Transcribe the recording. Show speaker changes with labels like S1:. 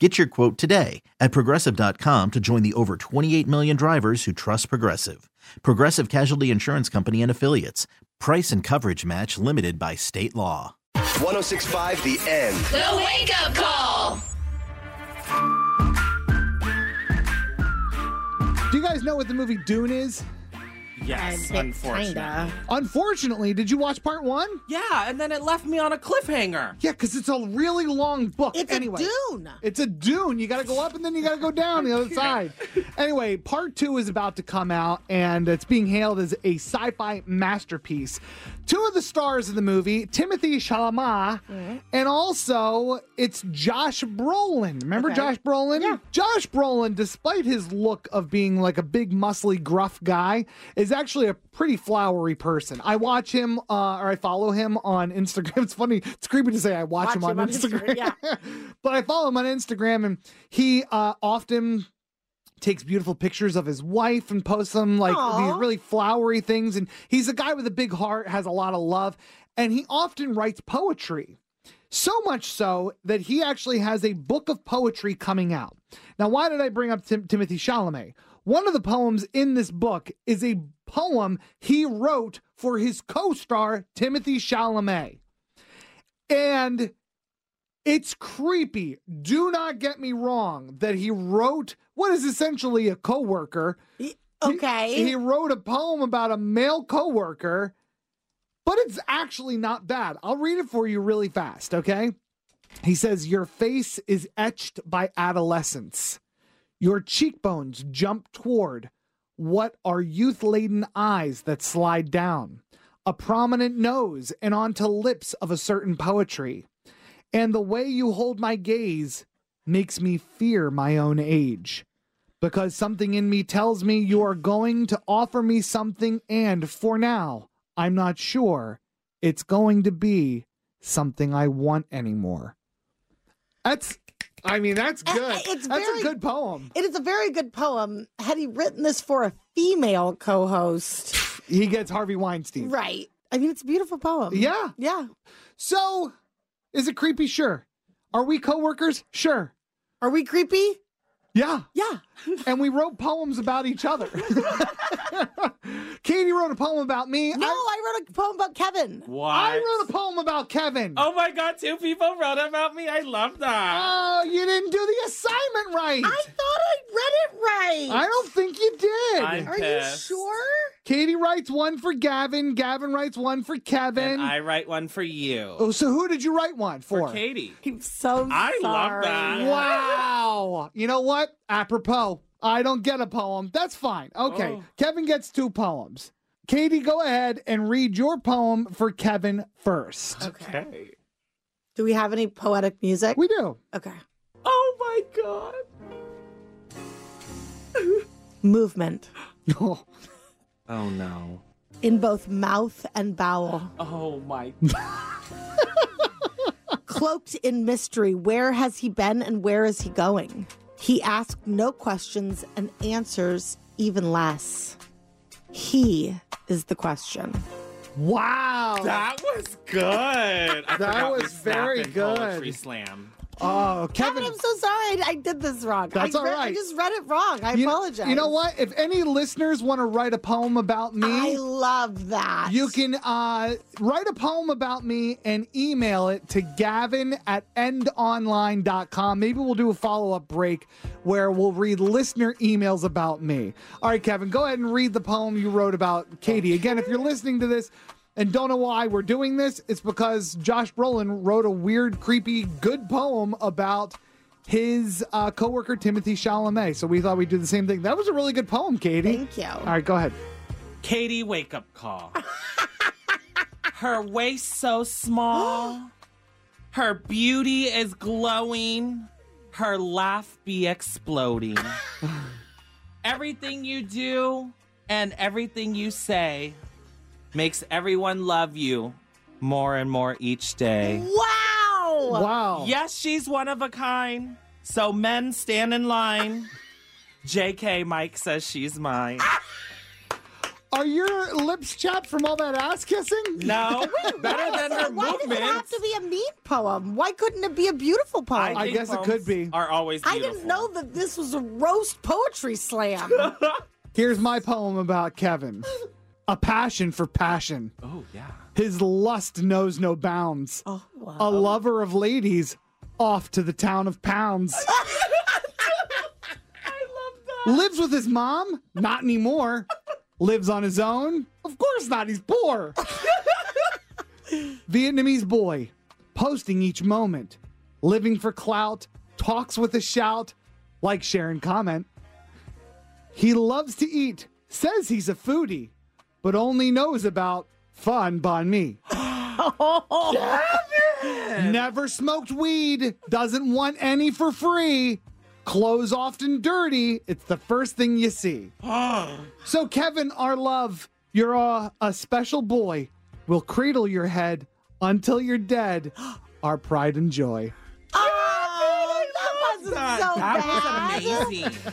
S1: Get your quote today at progressive.com to join the over 28 million drivers who trust Progressive. Progressive Casualty Insurance Company and Affiliates. Price and coverage match limited by state law.
S2: 1065 The End.
S3: The Wake Up Call.
S4: Do you guys know what the movie Dune is?
S5: Yes,
S6: bit
S5: unfortunately.
S6: kinda.
S4: Unfortunately, did you watch part one?
S5: Yeah, and then it left me on a cliffhanger.
S4: Yeah, because it's a really long book.
S6: It's
S4: anyway.
S6: a dune.
S4: It's a dune. You got to go up and then you got to go down the other side. Anyway, part two is about to come out and it's being hailed as a sci fi masterpiece. Two of the stars of the movie, Timothy Chalamet,
S6: Mm-hmm.
S4: and also it's Josh Brolin. Remember Josh Brolin? Yeah. Josh Brolin, despite his look of being like a big, muscly, gruff guy, is actually a pretty flowery person. I watch him uh, or I follow him on Instagram. It's funny. It's creepy to say I watch, him, on Instagram
S6: yeah.
S4: but I follow him on Instagram, and he uh, often takes beautiful pictures of his wife and posts them like
S6: Aw.
S4: these really flowery things. And he's a guy with a big heart, has a lot of love, and he often writes poetry. So much so that he actually has a book of poetry coming out. Now, why did I bring up Tim- Timothy Chalamet? One of the poems in this book is a poem he wrote for his co star, Timothy Chalamet. And it's creepy. Do not get me wrong that he wrote what is essentially a coworker.
S6: Okay.
S4: He wrote a poem about a male coworker, but it's actually not bad. I'll read it for you really fast, okay? He says, "Your face is etched by adolescence. Your cheekbones jump toward what are youth-laden eyes that slide down, a prominent nose and onto lips of a certain poetry." And the way you hold my gaze makes me fear my own age. Because something in me tells me you are going to offer me something, and for now, I'm not sure it's going to be something I want anymore. That's, I mean, that's
S6: Uh,
S4: good.
S6: it's
S4: that's
S6: very-
S4: a good poem.
S6: it is a very good poem. Had he written this for a female co host,
S4: He gets Harvey Weinstein.
S6: right? I mean, it's a beautiful poem.
S4: Yeah.
S6: Yeah.
S4: So, is it creepy? Sure. Are we coworkers? Sure.
S6: Are we creepy?
S4: Yeah.
S6: Yeah.
S4: and we wrote poems about each other. Katie wrote a poem about me.
S6: No,
S4: I,
S6: I wrote a poem about Kevin.
S5: What?
S4: I wrote a poem about Kevin.
S5: Oh my god, two people wrote about me. I love that.
S4: Oh, you didn't do the assignment right.
S6: I thought I read it right.
S4: I don't think you did.
S5: I'm
S6: Are you
S5: pissed.
S6: sure?
S4: Katie writes one for Gavin. Gavin writes one for Kevin.
S5: And I write one for you.
S4: oh, so who did you write one for?
S5: for Katie.
S6: I'm so
S5: I love
S6: sorry.
S5: that.
S4: Wow. You know what? Apropos, I don't get a poem. That's fine. Okay.
S5: Oh.
S4: Kevin gets two poems. Katie, go ahead and read your poem for Kevin first.
S5: Okay.
S6: Do we have any poetic music?
S4: We do.
S6: okay.
S5: Oh my god.
S6: Movement
S5: Oh no.
S6: in both mouth and bowel.
S5: Oh my.
S6: Cloaked in mystery, where has he been and where is he going? He asked no questions and answers even less. He is the question.
S4: Wow.
S5: That was good. I
S4: That
S5: forgot we
S4: was
S5: snap
S4: very
S5: in
S4: good.
S5: Poetry slam.
S4: Oh,
S6: Kevin,
S4: Kevin.
S6: I'm so sorry I, I did this wrong.
S4: That's
S6: I,
S4: all
S6: read- I
S4: right.
S6: just read it wrong. I
S4: you,
S6: apologize.
S4: You know what? If any listeners want to write a poem about me,
S6: I love that.
S4: You can uh, write a poem about me and email it to gavin at endonline.com. Maybe we'll do a follow up break where we'll read listener emails about me. All right, Kevin, go ahead and read the poem you wrote about Katie. Again, if you're listening to this and don't know why we're doing this, it's because Josh Brolin wrote a weird, creepy, good poem about his uh, coworker Timothy Chalamet. So we thought we'd do the same thing. That was a really good poem, Katie.
S6: Thank you.
S4: All right, go ahead.
S5: Katie wake up call. her waist so small. Her beauty is glowing. Her laugh be exploding. everything you do and everything you say makes everyone love you more and more each day.
S6: Wow.
S4: Wow.
S5: Yes, she's one of a kind. So men stand in line. JK Mike says she's mine.
S6: Ah!
S4: Are your lips chapped from all that ass kissing?
S5: No, better than her
S6: Why does it have
S5: movements.
S6: to be a mean poem? Why couldn't it be a beautiful poem?
S5: I, think
S4: guess it
S5: poems
S4: could be.
S5: Are always.
S6: I
S5: Beautiful.
S6: didn't know that this was a roast poetry slam.
S4: Here's my poem about Kevin A passion for passion.
S5: Oh yeah.
S4: His lust knows no bounds.
S6: oh, wow.
S4: A lover of ladies, off to the town of pounds. Lives with his mom? Not anymore. Lives on his own? Of course not. He's poor. Vietnamese boy, posting each moment, living for clout, talks with a shout, like share and comment. He loves to eat, says he's a foodie, but only knows about fun banh mi. Never smoked weed, doesn't want any for free. Clothes often dirty, it's the first thing you see. so, Kevin, our love, you're a, a special boy. We'll cradle your head until you're dead. Our pride and joy.
S6: Oh, that wasn't so
S5: that
S6: bad.
S5: was amazing.